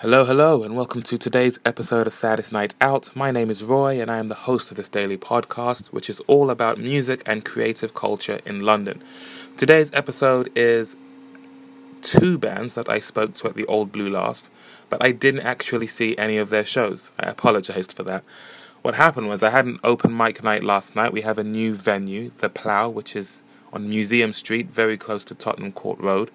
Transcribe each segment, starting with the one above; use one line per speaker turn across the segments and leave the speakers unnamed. Hello, hello, and welcome to today's episode of Saddest Night Out. My name is Roy, and I am the host of this daily podcast, which is all about music and creative culture in London. Today's episode is two bands that I spoke to at the Old Blue last, but I didn't actually see any of their shows. I apologized for that. What happened was I had an open mic night last night. We have a new venue, The Plough, which is on Museum Street, very close to Tottenham Court Road.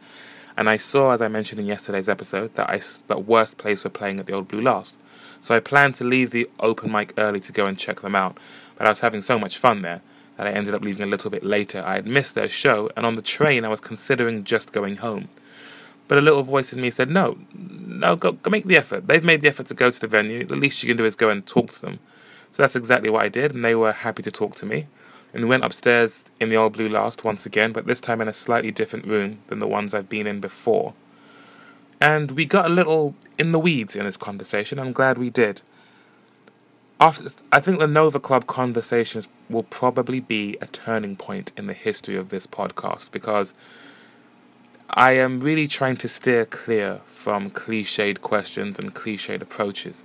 And I saw, as I mentioned in yesterday's episode, that I s- that Worst Place were playing at the Old Blue last. So I planned to leave the open mic early to go and check them out. But I was having so much fun there that I ended up leaving a little bit later. I had missed their show, and on the train I was considering just going home. But a little voice in me said, "No, no, go, go make the effort. They've made the effort to go to the venue. The least you can do is go and talk to them." So that's exactly what I did, and they were happy to talk to me. And we went upstairs in the old blue last once again, but this time in a slightly different room than the ones I've been in before. And we got a little in the weeds in this conversation. I'm glad we did. After, I think the Nova Club conversations will probably be a turning point in the history of this podcast because I am really trying to steer clear from cliched questions and cliched approaches.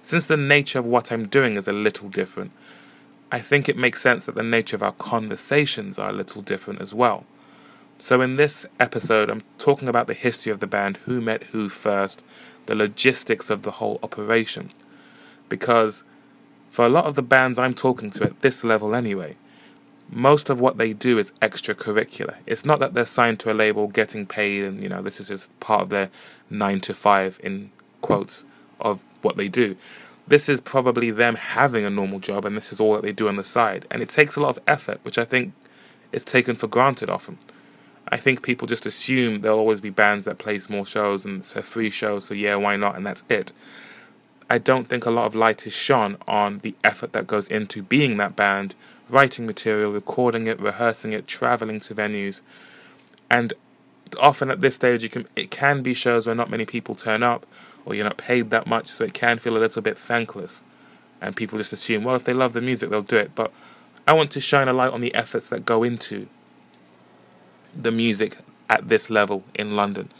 Since the nature of what I'm doing is a little different, I think it makes sense that the nature of our conversations are a little different as well. So, in this episode, I'm talking about the history of the band, who met who first, the logistics of the whole operation. Because for a lot of the bands I'm talking to at this level, anyway, most of what they do is extracurricular. It's not that they're signed to a label, getting paid, and you know this is just part of their nine to five in quotes of what they do. This is probably them having a normal job, and this is all that they do on the side. And it takes a lot of effort, which I think is taken for granted often. I think people just assume there'll always be bands that play small shows and it's a free show, so yeah, why not? And that's it. I don't think a lot of light is shone on the effort that goes into being that band, writing material, recording it, rehearsing it, traveling to venues, and often at this stage you can it can be shows where not many people turn up or you're not paid that much, so it can feel a little bit thankless, and people just assume well if they love the music they'll do it, but I want to shine a light on the efforts that go into the music at this level in London.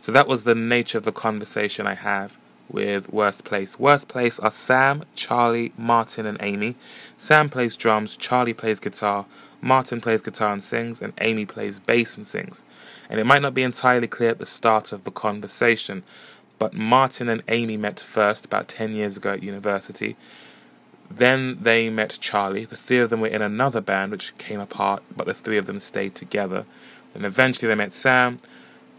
So that was the nature of the conversation I have with Worst Place. Worst Place are Sam, Charlie, Martin, and Amy. Sam plays drums, Charlie plays guitar, Martin plays guitar and sings, and Amy plays bass and sings. And it might not be entirely clear at the start of the conversation, but Martin and Amy met first about 10 years ago at university. Then they met Charlie. The three of them were in another band which came apart, but the three of them stayed together. Then eventually they met Sam.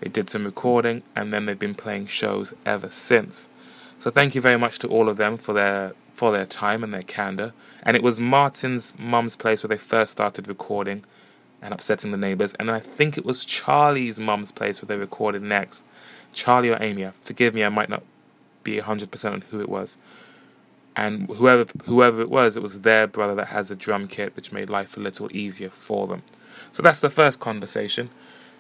They did some recording, and then they've been playing shows ever since. So thank you very much to all of them for their for their time and their candor. And it was Martin's mum's place where they first started recording and upsetting the neighbors. And I think it was Charlie's mum's place where they recorded next. Charlie or Amy, forgive me, I might not be 100% on who it was and whoever whoever it was, it was their brother that has a drum kit, which made life a little easier for them. So that's the first conversation.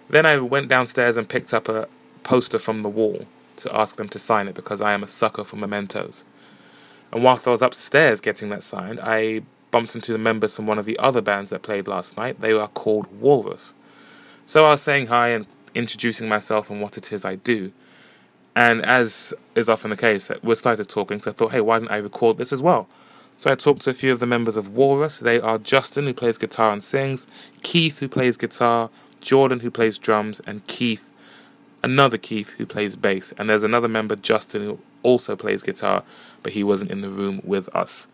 Then I went downstairs and picked up a poster from the wall to ask them to sign it because I am a sucker for mementos. And whilst I was upstairs getting that signed, I bumped into the members from one of the other bands that played last night. They are called Walrus. So I was saying hi and introducing myself and what it is I do. And as is often the case, we started talking, so I thought, hey, why didn't I record this as well? So I talked to a few of the members of Walrus. They are Justin, who plays guitar and sings, Keith, who plays guitar, Jordan, who plays drums, and Keith, another Keith, who plays bass. And there's another member, Justin, who also plays guitar, but he wasn't in the room with us.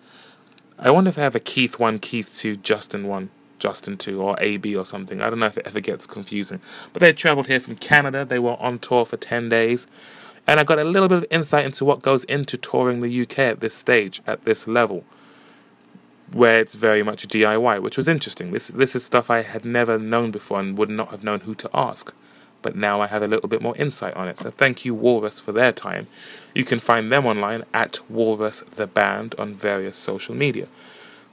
I wonder if I have a Keith 1, Keith 2, Justin 1, Justin 2, or AB or something. I don't know if it ever gets confusing. But they travelled here from Canada. They were on tour for 10 days. And I got a little bit of insight into what goes into touring the UK at this stage, at this level, where it's very much DIY, which was interesting. This, this is stuff I had never known before and would not have known who to ask. But now I have a little bit more insight on it. So thank you, Walrus, for their time. You can find them online at Walrus the Band on various social media.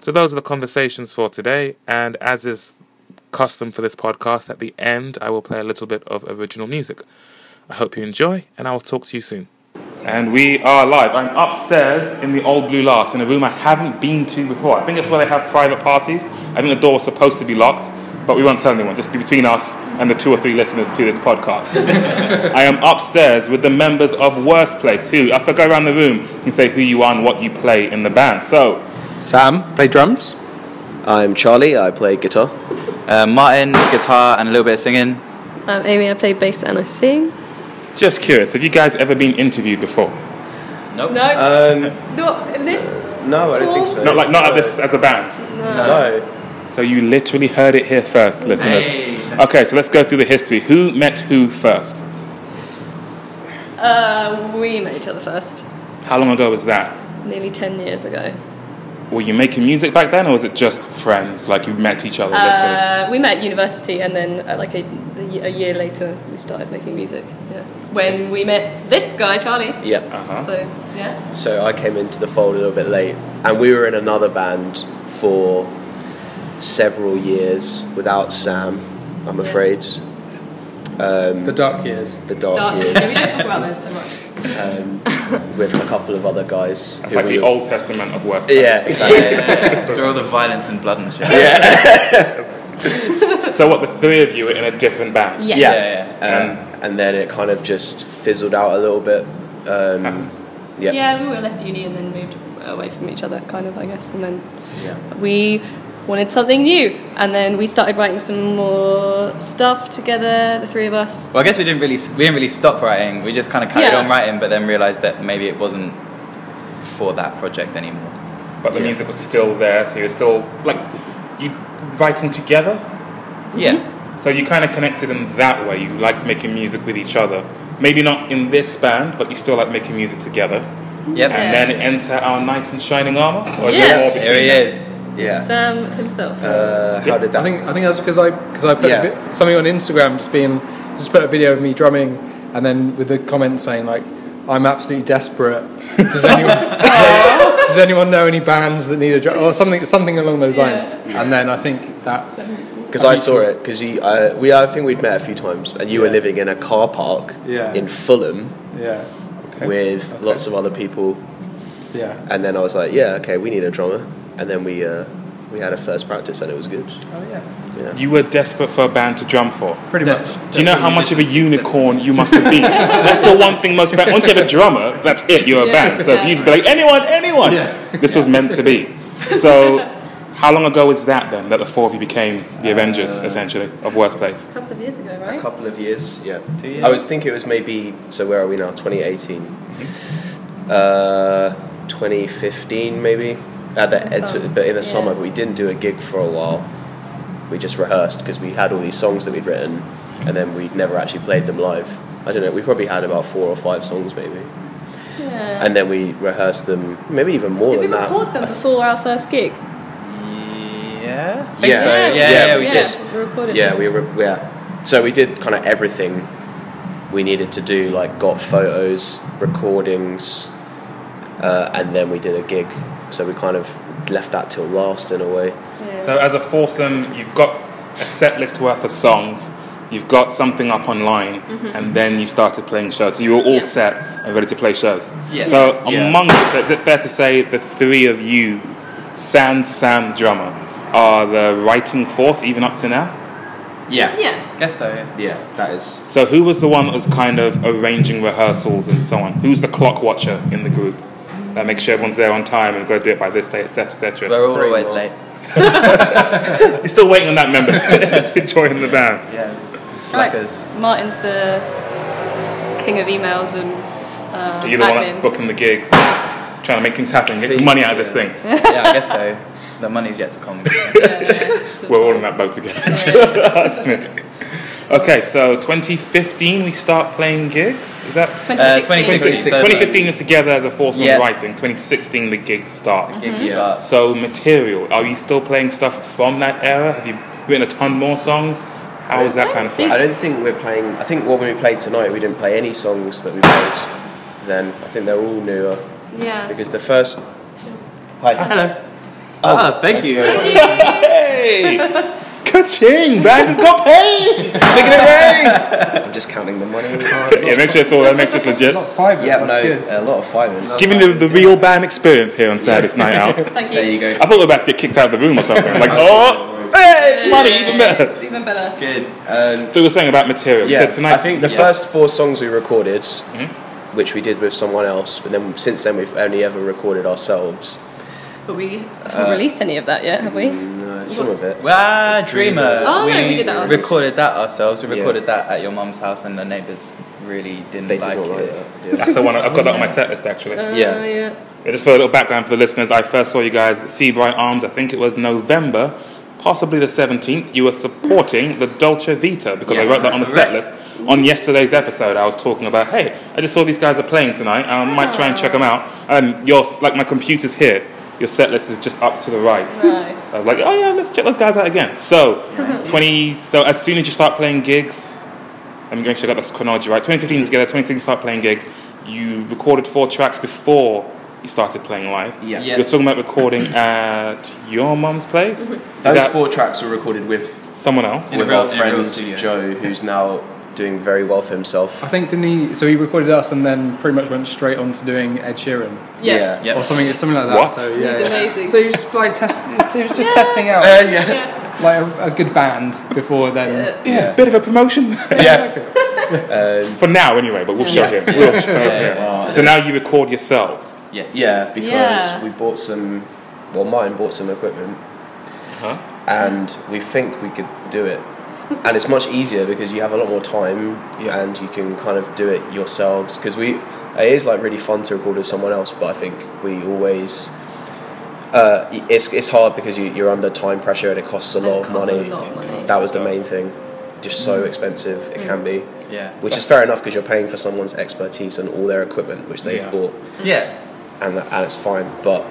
So those are the conversations for today, and as is custom for this podcast, at the end I will play a little bit of original music. I hope you enjoy, and I will talk to you soon. And we are live. I'm upstairs in the old blue last in a room I haven't been to before. I think it's where they have private parties. I think the door was supposed to be locked, but we won't tell anyone. Just be between us and the two or three listeners to this podcast. I am upstairs with the members of Worst Place, who, if I go around the room, you can say who you are and what you play in the band. So,
Sam, play drums.
I'm Charlie. I play guitar.
Uh, Martin, guitar and a little bit of singing.
Um, Amy, I play bass and I sing.
just curious, have you guys ever been interviewed before?
Nope.
Oh, No,
Um,
not in this.
no, I don't think so.
Not like not at this as a band.
No.
So you literally heard it here first, listeners.
Hey.
Okay, so let's go through the history. Who met who first?
Uh, we met each other first,
How long ago was that?
nearly 10 years ago.
Were you making music back then, or was it just friends? Like you met each other literally?
Uh, we met at university and then, uh, like, a, the ye- a year later, we started making music. Yeah. When we met this guy, Charlie.
Yeah.
Uh-huh.
So, yeah.
So I came into the fold a little bit late, and we were in another band for several years without Sam. I'm afraid Um,
The Dark Years.
the dark,
Dark.
years
we don't talk about this so much.
with a couple of other guys.
That's
who
like
we
the
were-
Old Testament of worst.
Yeah,
place.
exactly.
so all the violence and blood and shit.
So what? The three of you were in a different band.
Yes.
Uh, and then it kind of just fizzled out a little bit. Um,
Happens.
yeah.
Yeah, we were left uni and then moved away from each other, kind of, I guess. And then we wanted something new. And then we started writing some more stuff together, the three of us.
Well, I guess we didn't really we didn't really stop writing. We just kind of carried
Yeah.
on writing, but then realized that maybe it wasn't for that project anymore.
But the music was still there, so you're still like you writing together.
Yeah.
So you kind of connected in that way. You liked making music with each other. Maybe not in this band, but you still like making music together.
Yep.
And then enter our knight in shining armor. Or is it
Yes.
more between-
Here he is.
Yeah.
Sam himself.
Uh, how did that?
I think I think that's because I because I put
Yeah.
a vi- something on Instagram just being just put a video of me drumming and then with the comment saying like I'm absolutely desperate. Does anyone does, any- does anyone know any bands that need a drum or something something along those lines? And then I think that
Because I saw it. Because you, uh, we, I think we'd met a few times, and you were living in a car park
Yeah.
in Fulham
yeah
with lots of other people,
yeah
and then I was like, yeah, okay, we need a drummer, and then we uh, we had a first practice, and it was good.
oh yeah
You were desperate for a band to drum for.
pretty much.
Do you know how much of a unicorn you must have been? that's the one thing most bands. Once you have a drummer, that's it. You're a
Yeah.
band. So if you'd be like anyone, anyone,
Yeah.
this was meant to be. So, how long ago was that then that the four of you became the Avengers essentially of Worst Place?
a couple of years ago,
A
right?
couple of years, yeah.
Two years.
I was thinking it was maybe. So where are we now? 2018,
Mm-hmm.
uh, 2015, maybe. At the
The
end,
summer.
but in the
Yeah.
summer, we didn't do a gig for a while. We just rehearsed because we had all these songs that we'd written, and then we'd never actually played them live. I don't know. We probably had about four or five songs, maybe,
Yeah.
and then we rehearsed them, maybe even more
Did we
than that.
record them before our first gig?
Yeah.
Think Yeah. so.
Yeah, yeah, we did.
We recorded
Yeah,
them.
we were. Yeah, so we did kind of everything we needed to do. Like got photos, recordings, uh, and then we did a gig. So we kind of left that till last in a way.
Yeah.
So as a foursome, you've got a set list worth of songs, you've got something up online, and then you started playing shows. So you were all
Yeah.
set and ready to play shows.
Yeah.
So
Yeah.
among you, so is it fair to say the three of you, Sans Sam drummer, are the writing force even up to now?
Yeah,
yeah.
Guess so. Yeah.
yeah, that is.
So who was the one that was kind of arranging rehearsals and so on? Who's the clock watcher in the group? That makes sure everyone's there on time and we've got to do it by this day, etc., etc.
We're all
Pretty
always
well.
late.
You're still waiting on that member to join the band.
Yeah.
Right.
Slackers.
Martin's the king of emails and uh,
You're the one that's
admin.
booking the gigs, trying to make things happen, get some money out of this thing.
yeah, I guess so. The money's yet to come.
Mm-hmm.
We're all in that boat together. okay, so 2015 we start playing gigs. Is that
Uh, 2016.
2016.
2015? 2015 you're together as a force
Yeah.
on writing. 2016 the gigs start.
Yeah.
So material. Are you still playing stuff from that era? Have you written a ton more songs? How is that
I
kind of
think-
fun?
I don't think we're playing. I think when we played tonight, we didn't play any songs that we played. Then I think they're all newer
Yeah.
because the first. Hi. Oh. Hello.
Ah, thank you.
Hey, ka-ching! Band has got paid. Making it rain.
I'm just counting the money.
yeah, make sure it's all. Make sure it's legit.
Not five.
yeah,
that's
no,
good.
a lot of five.
Giving the, the real band experience here on Saturday's night out.
Thank you.
There you go.
I thought we were about to get kicked out of the room or something. Like, oh, Hey, it's money, even better.
It's even better.
Good.
Um,
So we were saying about material.
yeah,
so tonight, Mm-hmm.
I think the
Yeah.
first four songs we recorded, which we did with someone else, but then since then we've only ever recorded ourselves.
But we
Uh,
haven't released any of that yet, have
mm,
we?
No, some of it.
Ah, Dreamer.
Oh, no, we did that ourselves.
recorded that ourselves. We
Yeah.
recorded that at your mum's house, and the neighbours really didn't
They did
like
not like
it.
that. Yeah.
that's the one I've got that on my set list actually.
Uh,
Yeah.
Just for a little background for the listeners, I first saw you guys at Seabright Arms, I think it was November, possibly the 17th. You were supporting the Dolce Vita because I wrote that on the set list. On yesterday's episode, I was talking about, hey, I just saw these guys are playing tonight. I might try
Ah.
and check them out. Um, your, like my computer's here. Your set list is just up to the right.
Nice.
I was like, oh yeah, let's check those guys out again. So, 20. So as soon as you start playing gigs, I'm going to check out this chronology, right? 2015 together, 2016 you start playing gigs. You recorded four tracks before you started playing live.
Yeah.
Yeah.
You're talking about recording at your mum's place. Is
Those
that
four tracks were recorded with
someone else?
In a
with
real-
our
in a real
friend
studio.
Joe, who's now doing very well for himself.
I think didn't he? So he recorded us and then pretty much went straight on to doing Ed Sheeran
Yeah.
Yeah.
Yep.
or something, something like that.
What?
So,
He's
yeah, yeah.
amazing.
So he was just like test. He was just
Yeah.
testing out
Uh, yeah.
yeah.
like a, a good band before then.
Yeah.
Yeah, bit of a promotion.
Yeah.
For now, anyway, but we'll show him. We'll show him.
Wow.
So now you record yourselves.
Yes.
Yeah, because
Yeah.
we bought some. Well, mine bought some equipment, and we think we could do it. And it's much easier because you have a lot more time,
Yeah.
and you can kind of do it yourselves. Because we, it is like really fun to record with someone else, but I think we always. Uh, y- it's, it's hard because you, you're under time pressure and it costs a
And
lot
it
of
costs a
money.
lot of money. Mm.
That was the
It does.
main thing. Just so expensive it can be,
Yeah.
which is fair enough because you're paying for someone's expertise and all their equipment which they've
Yeah.
bought
Yeah.
and, that, and it's fine. But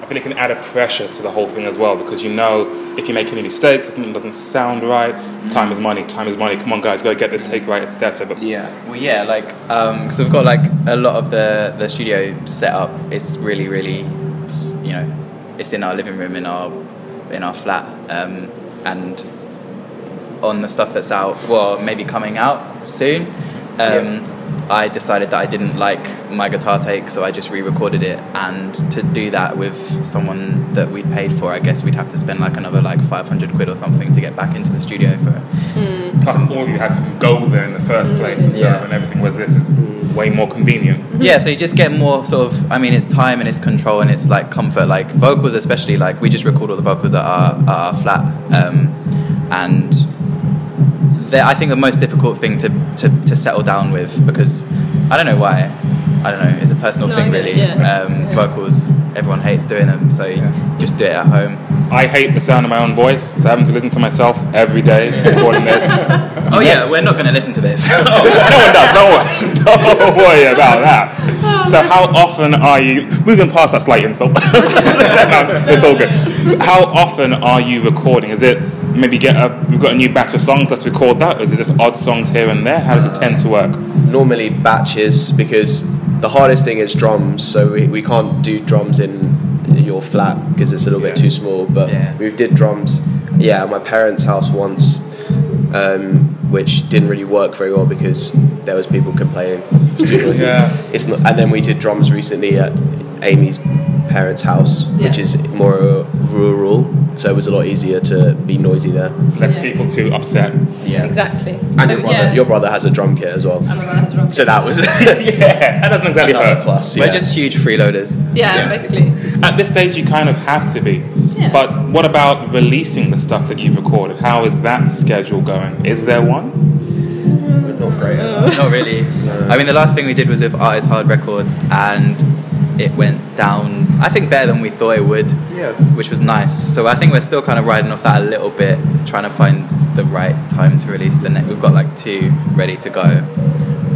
I think it can add a pressure to the whole thing as well because you know if you make any mistakes, if something doesn't sound right, time is money, time is money. Come on, guys, go get this take right, etc. But
yeah,
Well, yeah, like because we've got like a lot of the the studio set up. It's really, really, s- you know, it's in our living room in our in our flat, um, and on the stuff that's out, well, maybe coming out soon. Um, I decided that I didn't like my guitar take, so I just re-recorded it. And to do that with someone that we'd paid for, I guess we'd have to spend like another like five hundred quid or something to get back into the studio for.
plus all of you had to go there in the first place and,
Yeah.
and everything was this is way more convenient
Yeah, so you just get more sort of. I mean, it's time and it's control and it's like comfort. Like vocals, especially like we just record all the vocals at our, at our flat, um, and the- I think the most difficult thing to, to, to settle down with because I don't know why. I don't know. It's a personal
No, I
thing,
get it,
really.
yeah.
Um,
Yeah.
Vocals, everyone hates doing them, so you just do it at home.
i hate the sound of my own voice so having to listen to myself every day recording this
Oh yeah, we're not going to listen to this.
no one does don't worry, don't worry about that so how often are you moving past that slight insult no, it's all good how often are you recording is it maybe get a we've got a new batch of songs let's record that or is it just odd songs here and there how does it tend to work
normally batches because the hardest thing is drums. So we, we can't do drums in your flat because it's a little bit
Yeah.
too small. But
Yeah.
we did drums, yeah, at my parents' house once, um, which didn't really work very well because there was people complaining.
Yeah.
It's not, and then we did drums recently at Amy's parents' house, which
Yeah.
is more rural, so it was a lot easier to be noisy there.
less
Yeah.
people too upset
Yeah.
Exactly.
And your brother, your brother has a drum kit as well.
And my brother has rock.
So that was
yeah that doesn't exactly
another
hurt
plus.
We're
yeah.
just huge freeloaders.
yeah,
Yeah.
basically.
At this stage, you kind of have to be.
Yeah.
But what about releasing the stuff that you've recorded? How is that schedule going? Is there one?
We're not great. At that.
Not really. I mean, the last thing we did was with Art is Hard Records, and it went down, I think, better than we thought it would,
Yeah.
which was nice. So I think we're still kind of riding off that a little bit, trying to find the right time to release the next. We've got like two ready to go.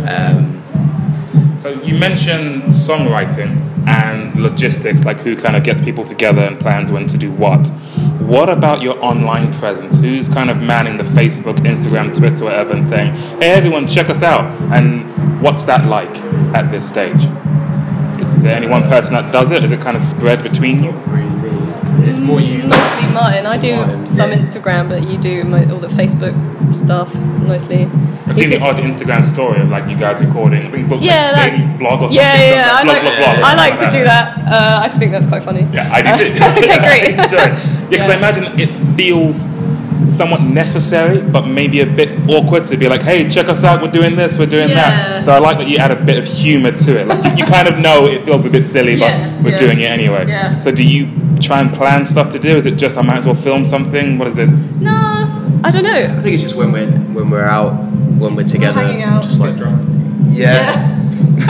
Um,
So you mentioned songwriting and logistics, like who kind of gets people together and plans when to do what. What about your online presence? Who's kind of manning the Facebook, Instagram, Twitter, whatever, and saying, "Hey, everyone, check us out"? And what's that like at this stage? Is there any one person that does it? Is it kind of spread between you?
It's more you.
Mostly Martin. I do
Martin,
some
yeah.
Instagram, but you do mo- all the Facebook stuff mostly.
I've
He's
seen the odd Instagram story of like you guys recording. I think it's like
yeah,
a daily
that's
blog or something.
yeah, yeah, yeah. I
Blog,
like,
blog, blog,
I like to
something
do that. Uh, I think that's quite funny.
Yeah, I do too.
okay, great.
Enjoy. Yeah, because I imagine it feels somewhat necessary, but maybe a bit awkward to be like, hey, check us out, we're doing this, we're doing
Yeah.
that. So I like that you add a bit of humor to it. Like you, you kind of know it feels a bit silly, but
Yeah,
we're
yeah.
doing it anyway.
Yeah.
So do you try and plan stuff to do? Is it just I might as well film something? What is it?
No, I don't know.
I think it's just when we're when we're out, when we're together,
hanging out.
just like
Drum.
yeah.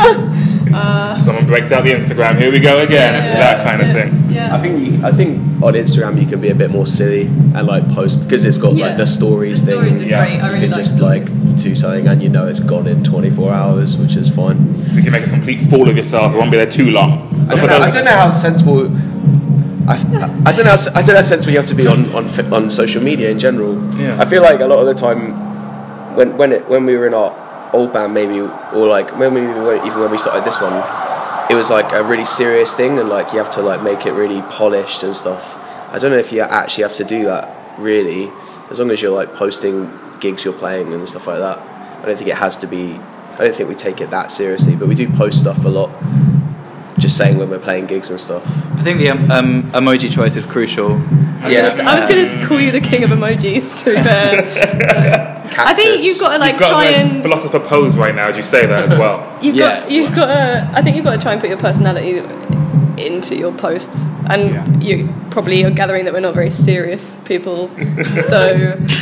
Uh.
Someone breaks out the Instagram. Here we go again. that kind of thing.
I
Yeah.
think you, I think on Instagram you can be a bit more silly and like post because it's got
Yeah.
like the stories
The
thing.
stories is
Yeah.
great. I
you
really
can
like
just
stories.
like do something and you know it's gone in 24 hours, which is fine.
So you can make a complete fool of yourself. It won't be there too long. So for
I don't, know,
those-
I don't know how sensible. I, I don't know. How, I don't know how sensible you have to be on on, fi- on social media in general.
Yeah.
I feel like a lot of the time when when it, when we were in our old band maybe or like when we were- even when we started this one, it was like a really serious thing and like you have to like make it really polished and stuff. I don't know if you actually have to do that really, as long as you're like posting gigs you're playing and stuff like that. I don't think it has to be. I don't think we take it that seriously, but we do post stuff a lot. Just saying when we're playing gigs and stuff.
I think the um, um, emoji choice is crucial.
So I was going to call you the king of emojis, to be fair. I think
Cactus.
you've got to like
You've got
try
the
and
philosopher pose right now as you say that as well.
You've
Yeah.
got, you've got to, I think you've got to try and put your personality into your posts, and you probably are gathering that we're not very serious people. so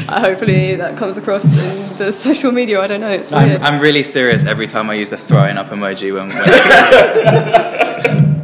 uh, hopefully that comes across in the social media. I don't know. It's weird.
I'm, I'm really serious every time I use the throwing up emoji when. when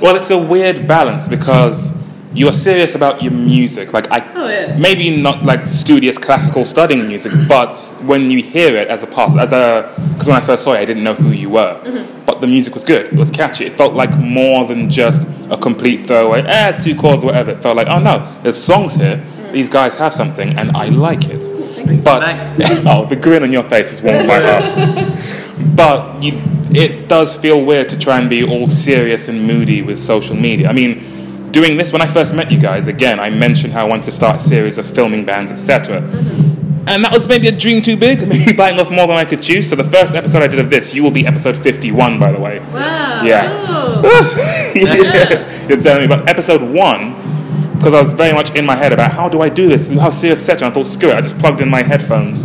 Well, it's a weird balance because you are serious about your music. Like I,
Oh, yeah.
maybe not like studious classical studying music, but when you hear it as a pass, as a because when I first saw it, I didn't know who you were,
Mm-hmm.
but the music was good. It was catchy. It felt like more than just a complete throwaway. Eh, two chords, whatever. It felt like oh no, there's songs here.
Mm.
These guys have something, and I like it. But oh, the grin on your face is warm my heart but you, it does feel weird to try and be all serious and moody with social media. I mean, doing this when I first met you guys, again, I mentioned how I wanted to start a series of filming bands, etc. And that was maybe a dream too big, maybe biting off more than I could chew. So the first episode I did of this, you will be episode fifty-one, by the way.
wow.
Yeah. yeah. You're telling me. But episode one, because I was very much in my head about how do I do this, how serious set. And I thought, screw it. I just plugged in my headphones,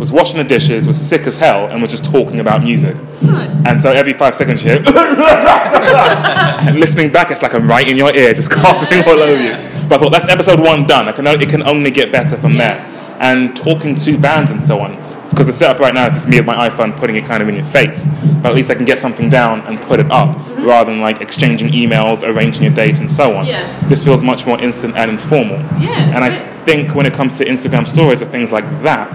was washing the dishes, was sick as hell, and was just talking about music.
Nice.
And so every five seconds you hear, and listening back, it's like I'm right in your ear, just coughing all over you. But I thought that's episode one done. I can, it can only get better from there. And talking to bands and so on, because the setup right now is just me with my iPhone putting it kind of in your face. But at least I can get something down and put it up, rather than like exchanging emails, arranging a date, and so on.
Yeah.
This feels much more instant and informal.
Yeah, it's
and I
great.
think when it comes to Instagram stories or things like that,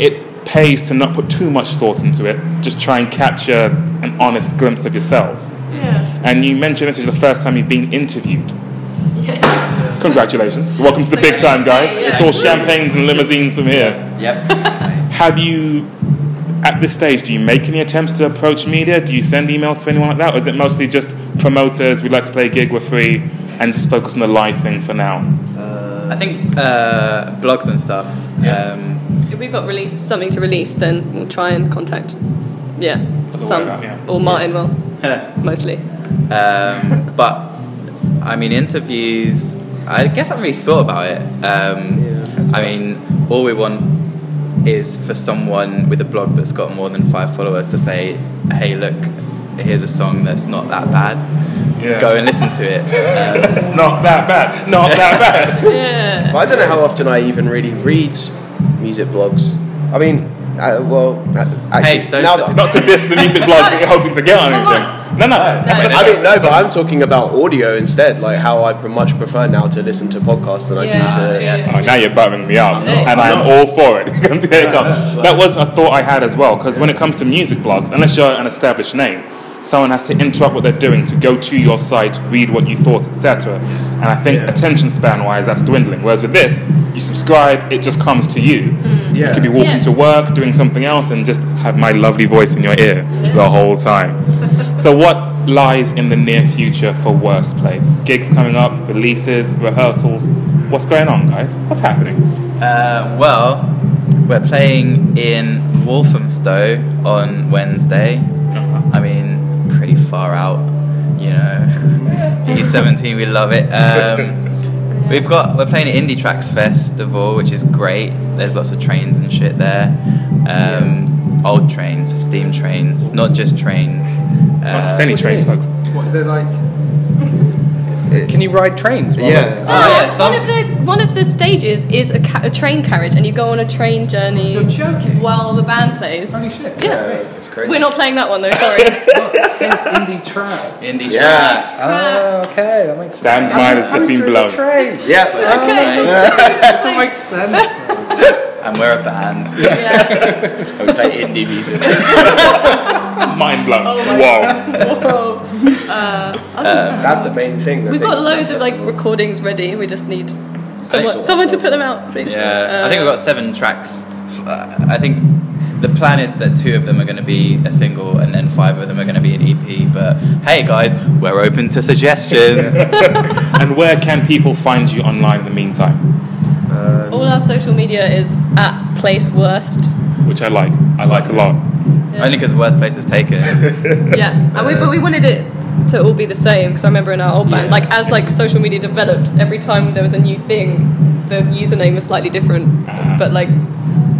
it pays to not put too much thought into it. Just try and capture an honest glimpse of yourselves.
Yeah.
And you mentioned this is the first time you've been interviewed. Congratulations. Welcome to the big time, guys. It's all champagnes and limousines from here.
yep.
Have you, at this stage, do you make any attempts to approach media? Do you send emails to anyone like that? Or is it mostly just promoters, we'd like to play a gig, we're free, and just focus on the live thing for now?
I think uh, blogs and stuff. Um,
If we've got release something to release, then we'll try and contact. Yeah.
Other way
Some
about, yeah.
or Martin will mostly.
um, but I mean, interviews. I guess I haven't really thought about it. Um, I mean, all we want is for someone with a blog that's got more than five followers to say, "Hey, look, here's a song that's not that bad.
Yeah.
Go and listen to it."
Not that bad. Not that bad.
Yeah.
But I don't know how often I even really read music blogs. I mean, uh, well, uh, actually,
Hey, don't
now
say-
that,
Not to diss the music blogs that you're hoping to get on
Come on.
anything. No, no. that's-
I mean, no, but I'm talking about audio instead. Like how I pre- much prefer now to listen to podcasts than I
Yeah,
do
that's
to.
true. Yeah.
Oh, now you're buttering me up,
not.
and I'm all for it. there you go. That was a thought I had as well, because when it comes to music blogs, unless you're an established name, someone has to interrupt what they're doing to go to your site, read what you thought, etc. And I think attention span wise, that's dwindling. Whereas with this, you subscribe, it just comes to you. You
Yeah.
could be walking
Yeah.
to work, doing something else, and just have my lovely voice in your ear the whole time. so, what lies in the near future for Worst Place? Gigs coming up, releases, rehearsals. What's going on, guys? What's happening?
Uh, well, we're playing in Walthamstow on Wednesday. I mean, pretty far out, you know. P17, we love it. Um, We've got we're playing at Indie Tracks Festival, which is great. There's lots of trains and shit there. Um, Old trains, steam trains, not just trains.
Not
Uh,
just any trains, folks.
What is it like? Can you ride trains? while
Yeah.
they're-
Oh,
Oh, yeah,
one
some-
of the one of the stages is a, ca- a train carriage, and you go on a train journey
You're joking.
while the band plays.
Holy shit.
Yeah,
it's crazy.
we're not playing that one though. Sorry.
It's indie trad.
Indie
Yeah.
Tracks.
Oh, okay, that makes sense.
Dan's mind has just been blown.
Train.
Yeah.
okay.
That's what makes sense. though.
and we're a band.
Yeah.
and we play indie music.
Mind blown.
Oh my
Whoa.
Whoa.
That's the main thing. I
We've
think,
got loads
that's
of like
the-
recordings ready. We just need someone,
Excellent.
someone to put them out, please.
Yeah, I
Uh,
think we've got seven tracks. F- uh, I think the plan is that two of them are going to be a single, and then five of them are going to be an EP. But hey, guys, we're open to suggestions.
And where can people find you online in the meantime?
all our social media is at place worst.
Which I like. I like a lot.
Only because worst place was taken.
yeah, and we, but we wanted it to all be the same because I remember in our old band,
Yeah.
like as like social media developed, every time there was a new thing, the username was slightly different. But like,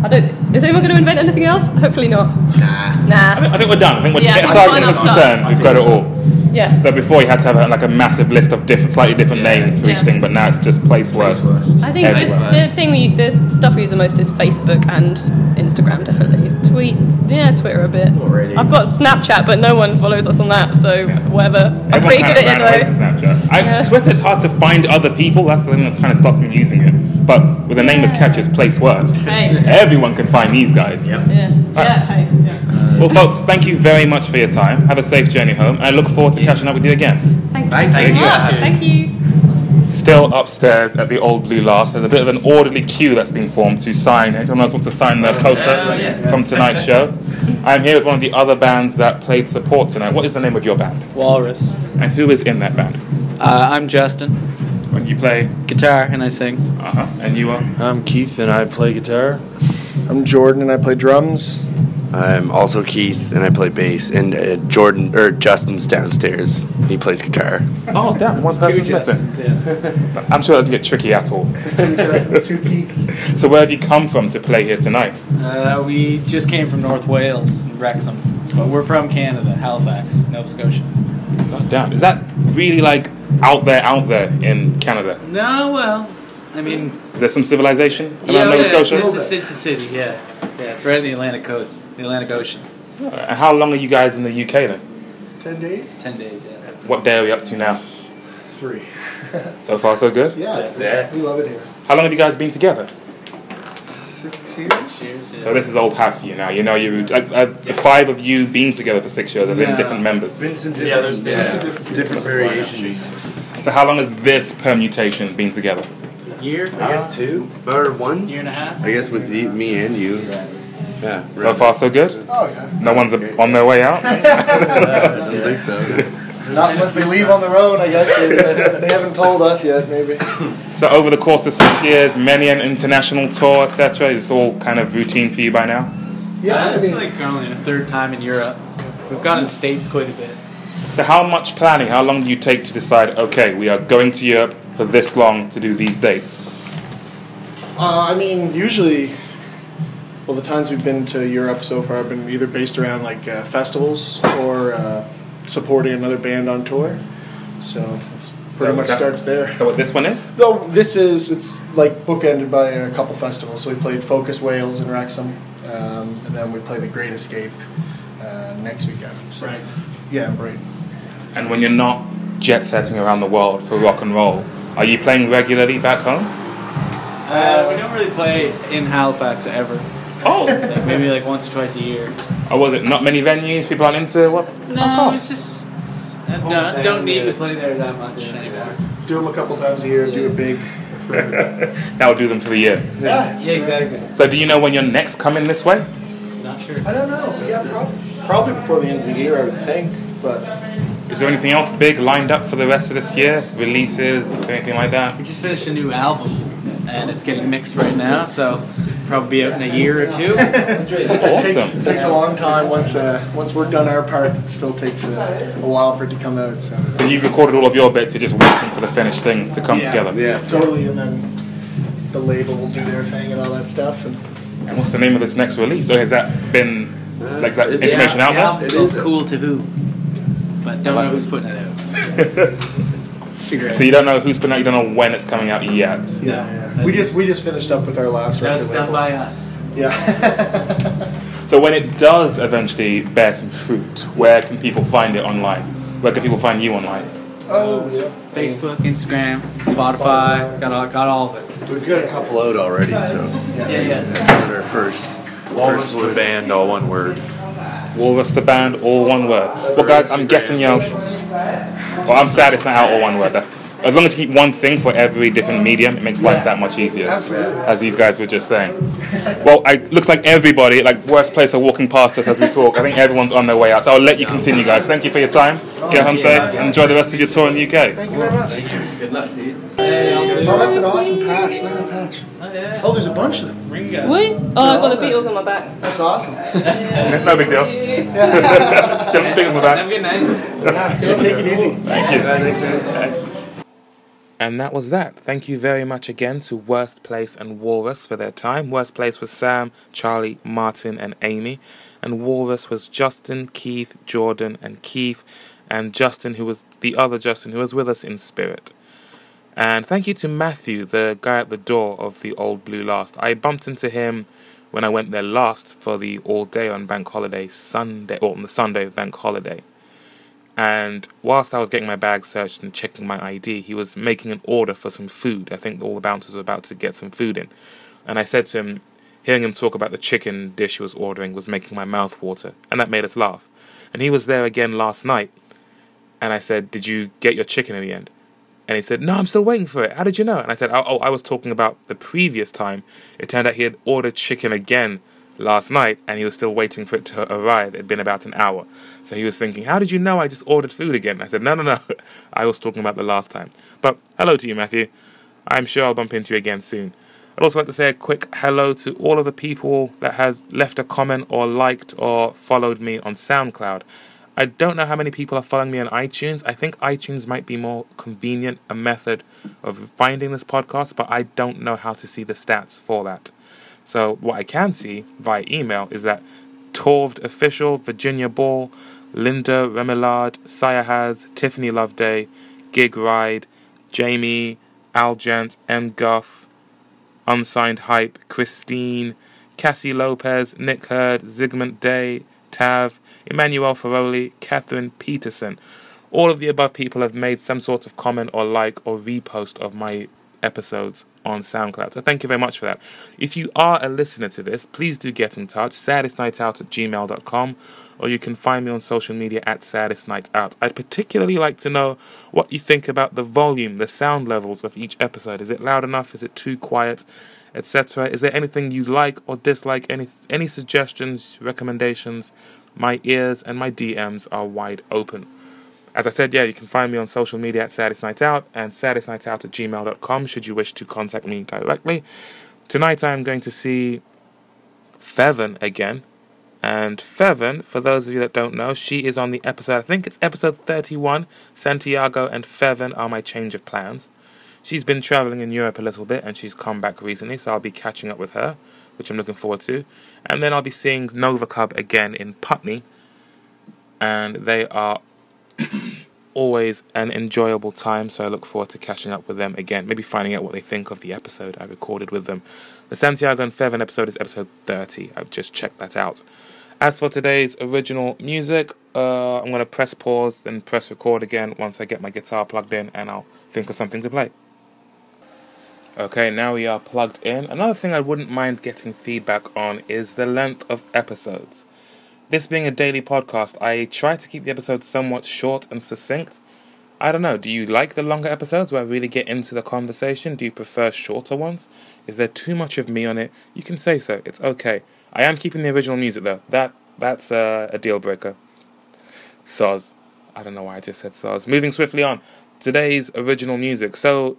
I don't. Is anyone going to invent anything else? Hopefully not. Nah.
I think we're done. I think we're
Yeah, I
as
think
far as
we're
anything's
done.
concerned, we've got it all.
Yes.
So before you had to have a, like a massive list of different, slightly different
Yeah.
names for each
Yeah.
thing, but now it's just place worse.
I think this,
Everywhere.
the thing we the stuff we use the most is Facebook and Instagram, definitely. Tweet, yeah, Twitter a bit.
Not really.
I've got Snapchat, but no one follows us on that, so whatever. I'm pretty good
kind of ran
at
away
it though.
from Snapchat. I,
Yeah.
Twitter, it's hard to find other people. That's the thing that kind of stops me using it. But with a name as catchy as Place Worst,
Hey.
everyone can find these guys.
Yeah. Yeah. Hey. Yeah.
Well, folks, thank you very much for your time. Have a safe journey home. and I look forward to catching up with you again.
Thank,
Thank
you.
you.
so much. Thank you.
Still upstairs at the old blue last, there's a bit of an orderly queue that's been formed to sign. Everyone else wants to sign their poster from tonight's show. I'm here with one of the other bands that played support tonight. What is the name of your band?
Walrus.
And who is in that band?
Uh, I'm Justin,
When you play,
guitar, and I sing.
uh-huh, and you are?
I'm Keith and I play guitar.
I'm Jordan and I play drums.
I'm also Keith, and I play bass. And uh, Jordan or Justin's downstairs. He plays guitar.
Oh, damn, one person's missing. I'm sure it doesn't get tricky at all.
Two Keiths.
So, where have you come from to play here tonight?
Uh, we just came from North Wales, Wrexham, but we're from Canada, Halifax, Nova Scotia.
God Oh, damn, is that really like out there, out there in Canada?
No, well, I mean,
Is there some civilization around
yeah,
Nova
yeah,
Scotia?
It's, it's, a, it's a city, yeah, yeah. It's right on the Atlantic coast, the Atlantic Ocean.
Uh, How long are you guys in the UK then?
Ten days.
Ten days, yeah.
What day are we up to now?
Three.
So far, so good.
Yeah, it's
Yeah.
we love it here.
How long have you guys been together?
Six years.
So this is old hat for you now. You know, you uh, uh, the five of you been together for six years, and then
Yeah.
different members.
Yeah, there's been
Different variations.
So how long has this permutation been together?
a year,
I guess two or one.
year and a half.
I guess with you, me and you. Yeah.
So far, so good.
Oh yeah.
No one's on their way out.
I don't think so.
Not unless they leave on their own, I guess. They, they haven't told us yet, maybe.
So over the course of six years, many an international tour, etc. It's all kind of routine for you by now.
Yeah, it's like only the third time in Europe. We've gone to the states quite a bit.
So how much planning? How long do you take to decide? Okay, we are going to Europe for this long to do these dates.
Uh, I mean, usually, well, the times we've been to Europe so far have been either based around like uh, festivals or uh, supporting another band on tour. So it's
So
pretty much
that-
starts there.
So what this one is?
Though this is, it's like bookended by a couple festivals. So we played Focus Wales in Wrexham, um, and then we play The Great Escape uh, next weekend. So,
Right.
Yeah, right.
And when you're not jet setting around the world for rock and roll, are you playing regularly back home?
Uh, we don't really play in Halifax ever.
Oh,
Like maybe like once or twice a year.
or was it not many venues? People aren't into it. What? Oh,
No, it's just uh, no.
Hometown,
Don't need to
yeah.
play there that much anymore.
Do them a couple times a year. Do a big.
That will do them for the year.
Yeah, it's
Yeah,
true.
exactly.
So do you know when you're next coming this way?
Not sure.
I don't know. Yeah, prob- probably before the end of the year, I would think. But
Is there anything else big lined up for the rest of this year? Releases, anything like that?
We just finished a new album, and it's getting mixed right now. So probably be out in a year or two.
It takes, it takes a long time once uh, once we're done our part. It still takes a, a while for it to come out. So
So you've recorded all of your bits, you're just waiting for the finished thing to come together.
yeah, totally. And then the label will do their thing and all that stuff. And
And what's the name of this next release? Or has that been, like, is that
it's-
information
Yeah,
out
the
there?
album's
It
called
is.
Cool to Who, but don't know who's putting it out. Figure it out.
So you don't know who's putting out, you don't know when it's coming out yet.
yeah, yeah. we just we just finished up with our last record.
That's done
label.
by us.
yeah.
So when it does eventually bear some fruit, where can people find it online? Where can people find you online?
oh yeah.
Facebook, Instagram, Spotify, got all, got all of it.
We've got a couple out already, so
Yeah, yeah.
that's our first.
Walrus the band, all one word.
Walrus the band, all one word. Well, guys, I'm guessing you're. Well, I'm sad it's not out all one word. That's as long as you keep one thing for every different medium, it makes life that much easier.
absolutely.
As these guys were just saying. Well, I looks like everybody, like worst place, are walking past us as we talk. I think everyone's on their way out. So I'll let you continue, guys. Thank you for your time. Get home safe. Enjoy the rest of your tour in the UK.
Thank you very much.
Good luck, dude.
Oh, that's an awesome patch. Look at that patch. Oh, there's a bunch of them.
What? Oh, I've got the Beatles on my back.
That's awesome.
No big deal. Jump things in the back.
Have a good night.
Yeah, take it easy.
And that was that. Thank you very much again to Worst Place and Walrus for their time. Worst Place was Sam, Charlie, Martin, and Amy. And Walrus was Justin, Keith, Jordan, and Keith. And Justin, who was the other Justin, who was with us in spirit. And thank you to Matthew, the guy at the door of the Old Blue Last. I bumped into him when I went there last for the all day on bank holiday Sunday, or on the Sunday of bank holiday. And whilst I was getting my bag searched and checking my ID, he was making an order for some food. I think all the bouncers were about to get some food in. And I said to him, hearing him talk about the chicken dish he was ordering was making my mouth water. And that made us laugh. And he was there again last night. And I said, Did you get your chicken in the end? And he said, No, I'm still waiting for it. How did you know? And I said, Oh, oh I was talking about the previous time. It turned out he had ordered chicken again last night and he was still waiting for it to arrive. It had been about an hour. So he was thinking, How did you know I just ordered food again? And I said, No, no, no. I was talking about the last time. But hello to you, Matthew. I'm sure I'll bump into you again soon. I'd also like to say a quick hello to all of the people that has left a comment or liked or followed me on SoundCloud. I don't know how many people are following me on iTunes. I think iTunes might be more convenient a method of finding this podcast, but I don't know how to see the stats for that. So what I can see via email is that Torved Official, Virginia Ball, Linda Remillard, Sayahaz, Tiffany Loveday, Gig Ride, Jamie, Aljant, M. Guff, Unsigned Hype, Christine, Cassie Lopez, Nick Hurd, Zygmunt Day, Tav, Emmanuel Feroli, Catherine Peterson. All of the above people have made some sort of comment or like or repost of my episodes on SoundCloud. So thank you very much for that. If you are a listener to this, please do get in touch, saddestnightout at gmail.com, or you can find me on social media at Saddest Night Out. I'd particularly like to know what you think about the volume, the sound levels of each episode. Is it loud enough? Is it too quiet? Etc. Is there anything you like or dislike? Any any suggestions, recommendations? My ears and my DMs are wide open. As I said, yeah, you can find me on social media at Saddest Night Out and saddestnightout at gmail.com should you wish to contact me directly. Tonight I'm going to see Fevan again. And Fevan, for those of you that don't know, she is on the episode, I think it's episode 31. Santiago and Fevan are my change of plans. She's been traveling in Europe a little bit and she's come back recently, so I'll be catching up with her, which I'm looking forward to. And then I'll be seeing Nova Cub again in Putney. And they are always an enjoyable time, so I look forward to catching up with them again, maybe finding out what they think of the episode I recorded with them. The Santiago and Fevin episode is episode 30. I've just checked that out. As for today's original music, uh, I'm going to press pause, then press record again once I get my guitar plugged in and I'll think of something to play. Okay, now we are plugged in. Another thing I wouldn't mind getting feedback on is the length of episodes. This being a daily podcast, I try to keep the episodes somewhat short and succinct. I don't know, do you like the longer episodes where I really get into the conversation? Do you prefer shorter ones? Is there too much of me on it? You can say so, it's okay. I am keeping the original music though. That that's uh, a deal breaker. Soz. I don't know why I just said soz. Moving swiftly on. Today's original music. So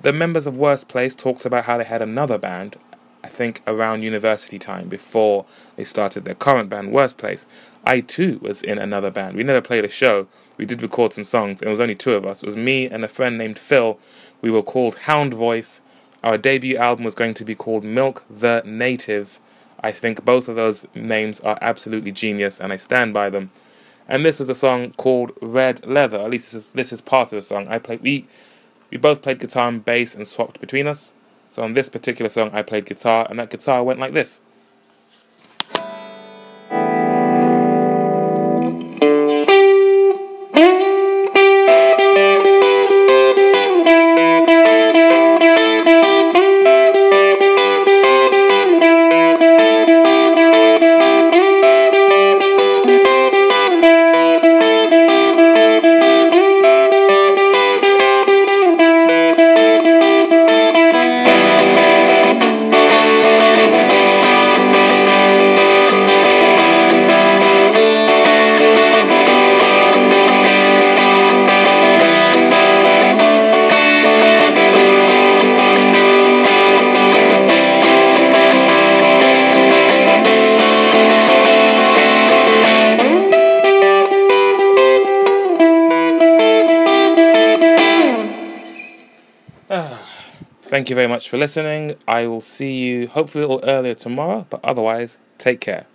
the members of Worst Place talked about how they had another band. I think around university time before they started their current band, Worst Place. I too was in another band. We never played a show. We did record some songs, and it was only two of us. It was me and a friend named Phil. We were called Hound Voice. Our debut album was going to be called Milk the Natives. I think both of those names are absolutely genius, and I stand by them. And this is a song called Red Leather. At least this is, this is part of the song. I played we we both played guitar and bass and swapped between us. So on this particular song, I played guitar, and that guitar went like this. Thank you very much for listening. I will see you hopefully a little earlier tomorrow, but otherwise, take care.